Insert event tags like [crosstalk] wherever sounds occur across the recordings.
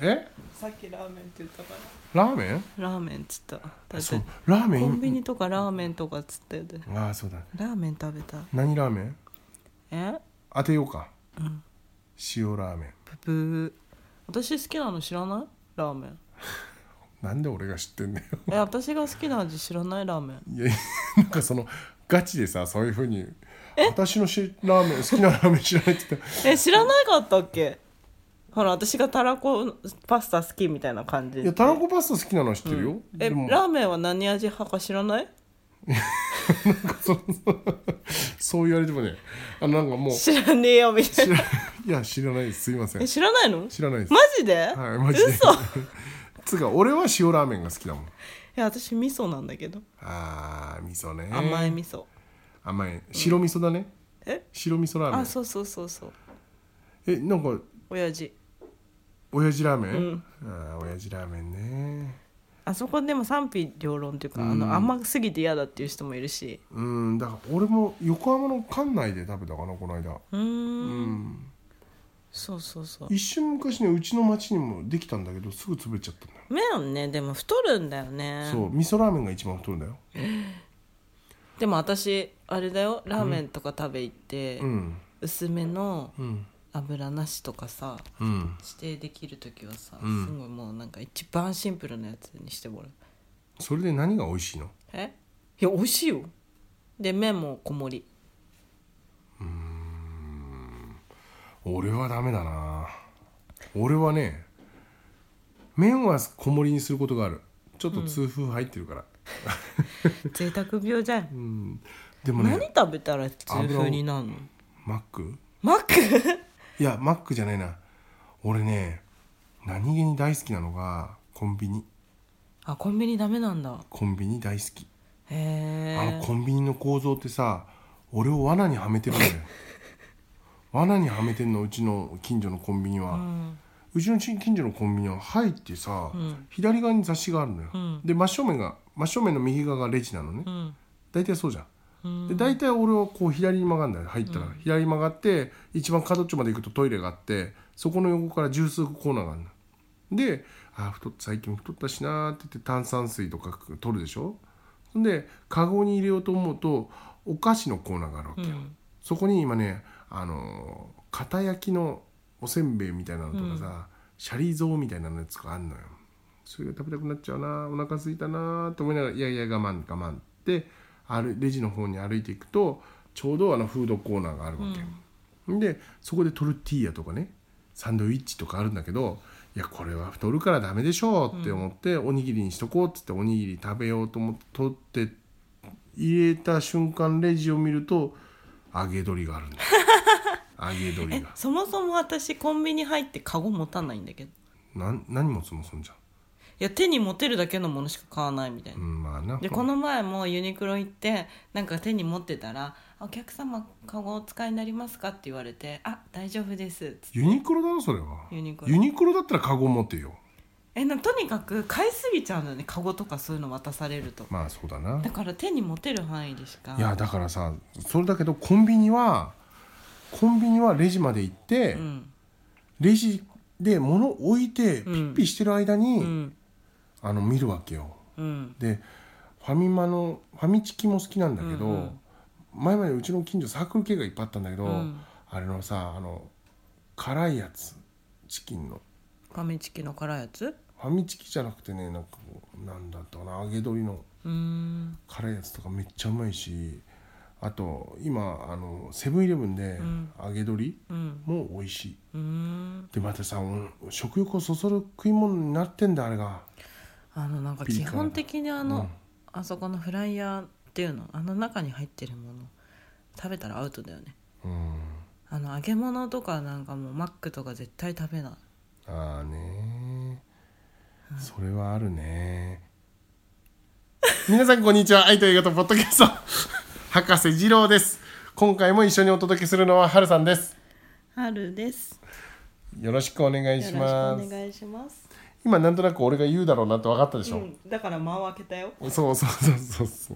えさっきラーメンって言ったからラーメンラーメンっつっただってそうラーメンコンビニとかラーメンとかっつってでああそうだラーメン食べたい何ラーメンえ当てようか、うん塩ラーメンブブー私好きなの知らないラーメンなんで俺が知ってんだよ [laughs] え私が好きな味知らないラーメンいやなんかそのガチでさそういうふうに私のしラーメン好きなラーメン知らないって言 [laughs] ってえ知らなかったっけほら私がたらこパスタ好きみたいな感じいやたらこパスタ好きなのは知ってるよ、えでラもーメンは何味派か知らないそう言われてもねあのなんかもう知らねえよみたい知なら [laughs] いや知らないですすいませんえ知らないの知らないですマジで、はいマジで嘘い [laughs] つうか俺は塩ラーメンが好きだもんや私味噌なんだけど、あー味噌ね甘い味噌甘い白味噌だね、え白味噌ラーメあンそうそうそうそうえなんか親父親父ラーメン、うんあー親父ラーメンねあそこでも賛否両論っていうか、うんあの甘すぎて嫌だっていう人もいるしうんだから俺も横浜の館内で食べたかなこの間うーんうん、そうそうそう一瞬昔ねうちの町にもできたんだけどすぐ潰れちゃったんだよ、麺ねでも太るんだよねそう味噌ラーメンが一番太るんだよでも私あれだよラーメンとか食べ行って、うん薄めのうん油なしとかさうん指定できる時はさ、うんすごいもうなんか一番シンプルなやつにしてもらうそれで何が美味しいのえいや美味しいよで麺も [laughs] 小盛り俺はダメだな俺はね麺は小盛りにすることがあるちょっと痛風入ってるから、贅沢病じゃん、うんでも何ね食べたら痛風になるのマックマック [laughs] いやマックじゃないな俺ね何気に大好きなのがコンビニあコンビニダメなんだコンビニ大好き、へあえのコンビニの構造ってさ俺を罠にはめて [laughs] るんだよ罠にはめてんのうちの近所のコンビニは、ううんちの近所のコンビニは入ってさ、うん左側に雑誌があるのよ、うんで真正面が真正面の右側がレジなのね、うん大体そうじゃんうんで大体俺はこう左に曲がるんだよ入ったら、左に曲がって一番角っちょまで行くとトイレがあってそこの横から十数個コーナーがあるんだで「あー太っ最近太ったしな」って言って炭酸水とか取るでしょほんでカゴに入れようと思うとお菓子のコーナーがあるわけよ、うんそこに今ねあのー片焼きのおせんべいみたいなのとかさ、シャリゾウみたいなのやつがあんのよそれが食べたくなっちゃうなお腹空いたなと思いながらいやいや我慢我慢ってあるレジの方に歩いていくとちょうどあのフードコーナーがあるわけ、でそこでトルティーヤとかねサンドイッチとかあるんだけどいやこれは太るからダメでしょうって思って、おにぎりにしとこうっつっておにぎり食べようと思って取って入れた瞬間レジを見ると揚げ鶏があるんだ [laughs] よ揚げえ鶏がそもそも私コンビニ入ってカゴ持たないんだけどなん何もそもそんじゃいや手に持てるだけのものしか買わないみたいんうな、んまあなでこの前もユニクロ行ってなんか手に持ってたら「お客様カゴお使いになりますか?」って言われて「あ大丈夫です」つってユニクロだろそれはユニクロユニクロだったらカゴ持ってよえなとにかく買いすぎちゃうんだよねカゴとかそういうの渡されるとまあそうだなだから手に持てる範囲でしかいやだからさそれだけどコンビニはコンビニはレジまで行って、うんレジで物置いてピうんッピしてる間に、うんあの見るわけようんでファミマのファミチキも好きなんだけど、うんうん前までうちの近所サークル系がいっぱいあったんだけど、うんあれのさあの辛いやつチキンのファミチキの辛いやつファミチキじゃなくてねなんかこうなんだったかな揚げ鶏のうーん辛いやつとかめっちゃうまいしあと今あのセブンイレブンでん揚げ鶏うんも美味しい、うーんでまたさお食欲をそそる食い物になってんだあれがあのなんかピリ基辛本的にあうの、んあそこのフライヤーっていうのあの中に入ってるもの食べたらアウトだよねうんあの揚げ物とかなんかもうマックとか絶対食べないああねそれはあるね皆さんこんにちは愛と映画とポッドキャスト博士二郎です今回も一緒にお届けするのははるさんです春ですよろしくお願いします願いします今なんとなく俺が言うだろうなって分かったでしうょ、んだから間を開けたよそうそうそうそうそ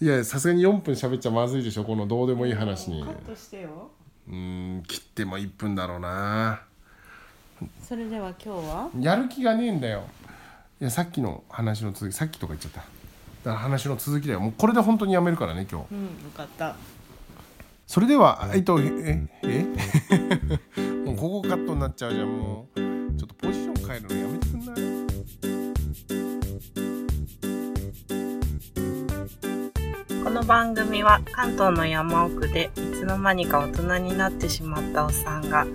ういやさすがに4分喋っちゃまずいでしょこのどうでもいい話にトしてようーん切っても1分だろうなそれでは今日はやる気がねえんだよいやさっきの話の続きさっきとか言っちゃっただから話の続きだよもうこれで本当にやめるからね今日うんよかったそれではえっとええ [laughs] もうここカットになっちゃうじゃんもうちょっとポジション変えるのやめてくんないこの番組は関東の山奥でいつの間にか大人になってしまったおっさんが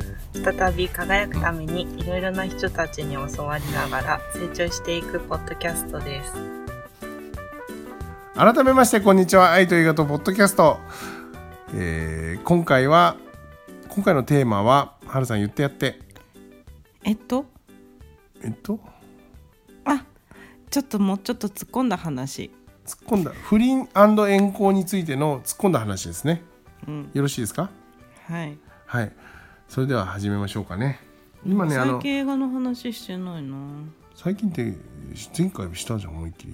再び輝くためにいろいろな人たちに教わりながら成長していくポッドキャストです改めましてこんにちは愛と映画とポッドキャスト、えー今回は今回のテーマははるさん言ってやってえっとえっとあちょっともうちょっと突っ込んだ話突っ込んだ不倫遠行についての突っ込んだ話ですねうんよろしいですかはいはいそれでは始めましょうかね今ねあ最の近映画の話してないな最近って前回したじゃん思いっきり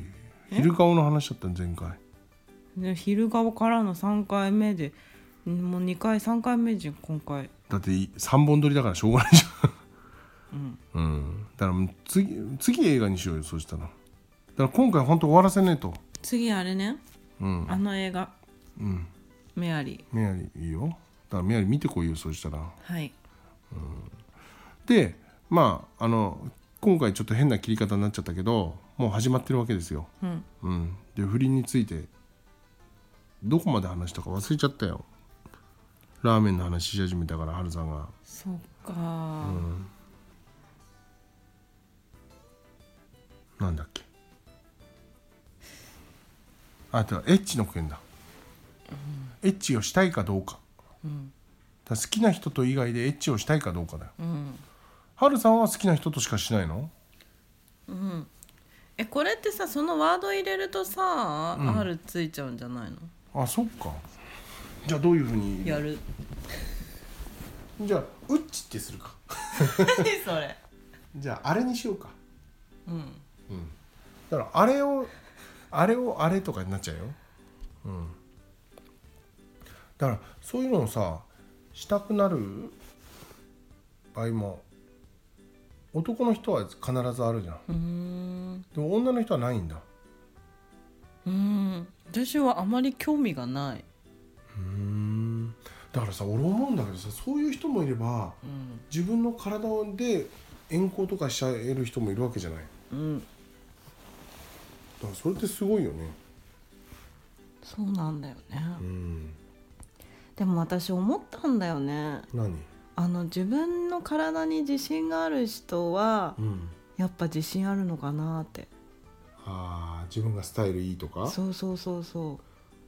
え昼顔の話だったの前回で昼顔からの3回目でもう2回3回目じゃん今回だって3本撮りだからしょうがないじうんゃんうんだからもう次次映画にしようよそうしたらだから今回本当終わらせねえと次あれねうんあの映画うんメアリメアリーいいよだからメアリー見てこいよそうしたらーはいでまああの今回ちょっと変な切り方になっちゃったけどもう始まってるわけですようんうんで不倫についてどこまで話したか忘れちゃったよラーメンの話し始めたから春さんがそっか、なんだっけあとはエッチの件だ、エッチをしたいかどうか,、だから好きな人と以外でエッチをしたいかどうかだよ、はるさんは好きな人としかしないのえこれってさそのワード入れるとさ、R ついちゃうんじゃないのあそっかじゃあどういうふうにやるじゃあ「うっち」ってするか何それじゃああれにしようかうんだからあれをあれをあれとかになっちゃうよ、うん、だからそういうのをさしたくなる場合も男の人は必ずあるじゃんうーんでも女の人はないんだうーん私はあまり興味がない、うんだからさ俺思うんだけどさそういう人もいればうん自分の体で遠行とかしちゃえる人もいるわけじゃないだうん、からそれってすごいよねそうなんだよね、うんでも私思ったんだよね何あの自分の体に自信がある人はうんやっぱ自信あるのかなってあー自分がスタイルいいとかそうそうそうそ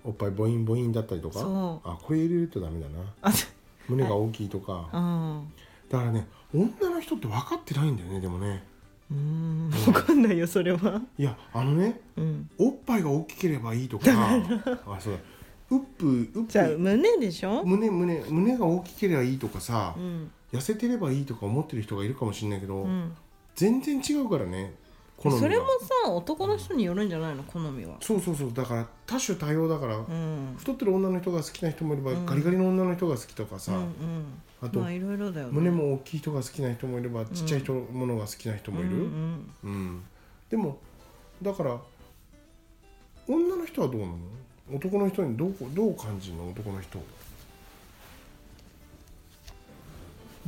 うおっぱいボインボインだったりとかそうあこれ入れるとダメだなあ胸が大きいとか、うんだからね女の人って分かってないんだよねでもねうーん分かんないよそれは、いやあのねうん、おっぱいが大きければいいとかあそうだうっぷうっじゃあぷ胸でしょ、胸胸胸が大きければいいとかさう、ん痩せてればいいとか思ってる人がいるかもしれないけど、うん、全然違うからね好みがそれもさ男の人によるんじゃないの好みは、そうそうそうだから多種多様だから、うん、太ってる女の人が好きな人もいれば、うんガリガリの女の人が好きとかさ、うんうんあとまあいろいろだよね胸も大きい人が好きな人もいればちっちゃい人ものが好きな人もいる、ううんんでもだから女の人はどうなの男の人にどうこどう感じるの男の人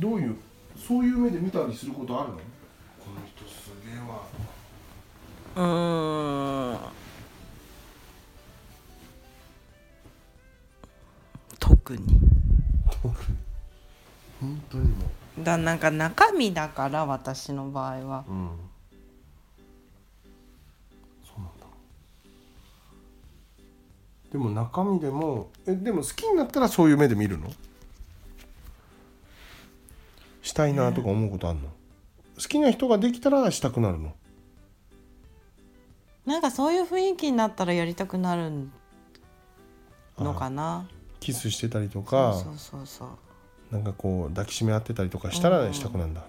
どういうそういう目で見たりすることあるのこの人すげえわうんうーん特に本当にもだなんか中身だから私の場合はう、うん、そうなんだでも中身でもえでも好きになったらそういう目で見るのしたいなとか思うことあるの、好きな人ができたらしたくなるのなんかそういう雰囲気になったらやりたくなるのかなキスしてたりとそかうそうそうそうなんかこう抱きしめ合ってたりとかしたらしたくなるんだ、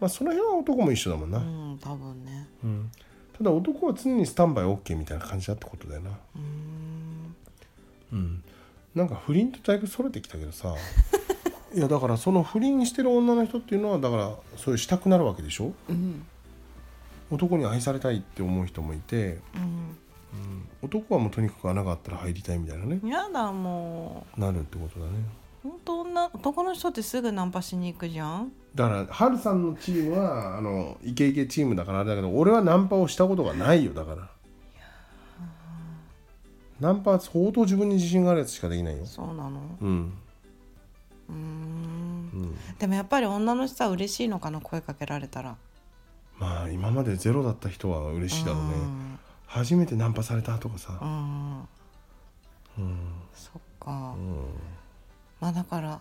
まあその辺は男も一緒だもんな、うん多分ねうんただ男は常にスタンバイ OK みたいな感じだってことだよなううーん [laughs] ん、なんか不倫とだいぶそれてきたけどさえいやだからその不倫してる女の人っていうのはだからそういうしたくなるわけでしょうん男に愛されたいって思う人もいて、ううん男はもうとにかく穴があったら入りたいみたいなねんやだもなるってことだねう本当女男の人ってすぐナンパしに行くじゃんだからハルさんのチームはあのイケイケチームだからあれだけど俺はナンパをしたことがないよだからナンパは相当自分に自信があるやつしかできないよそうなのうんううーんんでもやっぱり女の人は嬉しいのかな声かけられたらまあ今までゼロだった人は嬉しいだろうねうん初めてナンパされたとかさうんうんそっかうんまあだから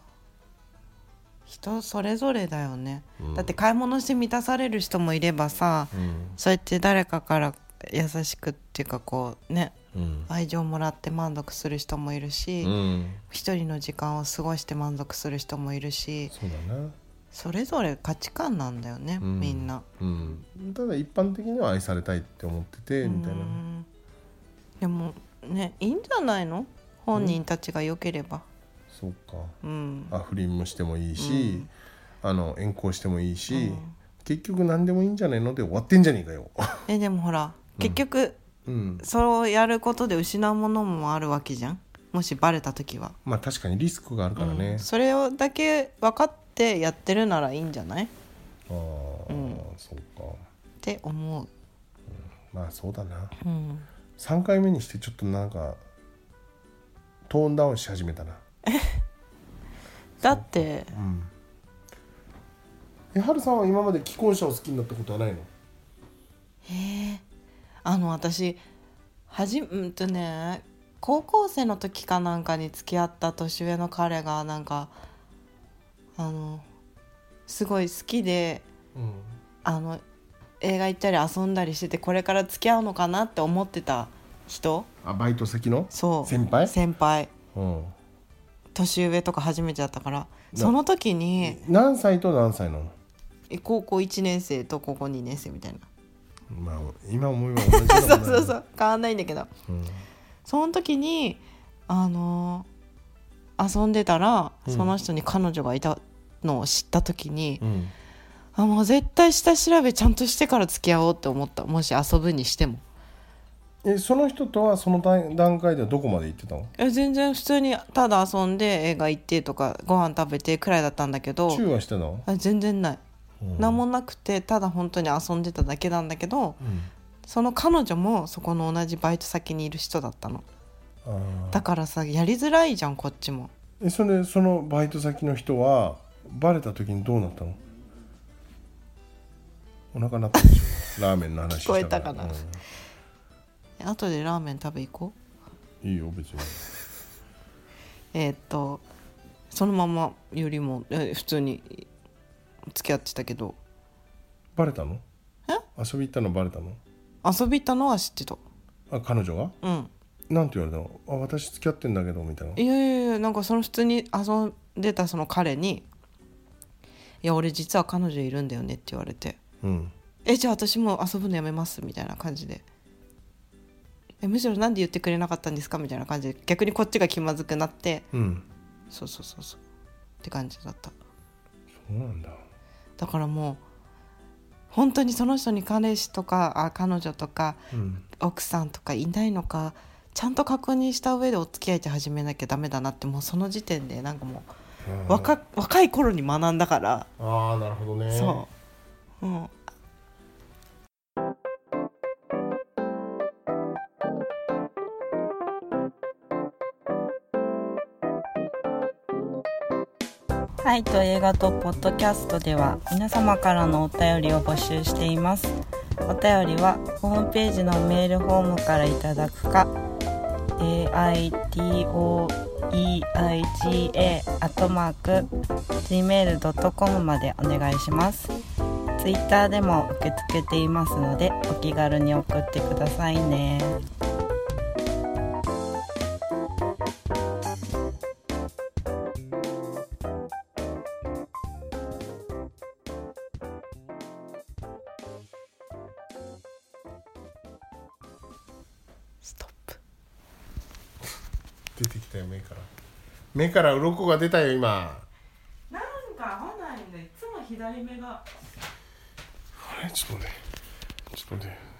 人それぞれだよね、うんだって買い物して満たされる人もいればさうんそうやって誰かから優しくっていうかこうねうん愛情もらって満足する人もいるし、うん一人の時間を過ごして満足する人もいるしそうだなそれぞれ価値観なんだよね、うんみんな。うんただ一般的には愛されたいって思っててみたいうなんでもねいいんじゃないの本人たちが良ければ。そうかうん、あ不倫もしてもいいし、うんあの遠行してもいいし、うん結局何でもいいんじゃないので終わってんじゃねえかよ。 [laughs] えでもほら結局、うん、そうやることで失うものもあるわけじゃんもしバレた時は、まあ確かにリスクがあるからうねん。それをだけ分かってやってるならいいんじゃないっああ、うんそうか。て思う、まあそうだな。うん、 3回目にしてちょっとなんかトーンダウンし始めたな。だってうん。えはるさんは今まで既婚者を好きになったことはないの？あの私はじうんとね高校生の時かなんかに付き合った年上の彼がなんかあのすごい好きでうん。あの映画行ったり遊んだりしててこれから付き合うのかなって思ってた人あバイト先の？そう先輩先輩うん。年上とか初めてだったからなその時に何歳と何歳なの？高校1年生と高校2年生みたいなまあ今思えば同じだもん [laughs] そなうそうそう変わんないんだけどうん。その時にあのー遊んでたら、うんその人に彼女がいたのを知った時に、うん。あもう絶対下調べちゃんとしてから付き合おうって思ったもし遊ぶにしてもえその人とはその段段階ではどこまで行ってたのえ全然普通にただ遊んで映画行ってとかご飯食べてくらいだったんだけどチューはしてたの、あ全然ない、うん何もなくてただ本当に遊んでただけなんだけどうんその彼女もそこの同じバイト先にいる人だったのあーだからさやりづらいじゃんこっちもえそれでそのバイト先の人はバレた時にどうなったのお腹鳴ったでしょラーメンの話した聞こえたかなえ後でラーメン食べ行こううんいいよ別にえーっとそのままよりもえ普通に付き合ってたけどバレたのえ遊び行ったのバレたの遊び行ったのは知ってたあ彼女がうんなんて言われたのあ私付き合ってんだけどみたいないやいやいやなんかその普通に遊んでたその彼に「いや俺実は彼女いるんだよね」って言われてうん「えじゃあ私もう遊ぶのやめます」みたいな感じで「えむしろなんで言ってくれなかったんですか?」みたいな感じで逆にこっちが気まずくなってうんそうそうそうそうって感じだったそうなんだだからもう本当にその人に彼氏とかあ彼女とかうん奥さんとかいないのかちゃんと確認した上でお付き合いって始めなきゃダメだなってもうその時点でなんかもう若若い頃に学んだから、ああなるほどねそう、うん、はいと映画とポッドキャストでは皆様からのお便りを募集していますお便りはホームページのメールフォームからいただくか aitoeiga.gmail.com までお願いしますツイッターでも受け付けていますのでお気軽に送ってくださいねストップ出てきたよ目から目から鱗が出たよ今左目があれちょっとねちょっとね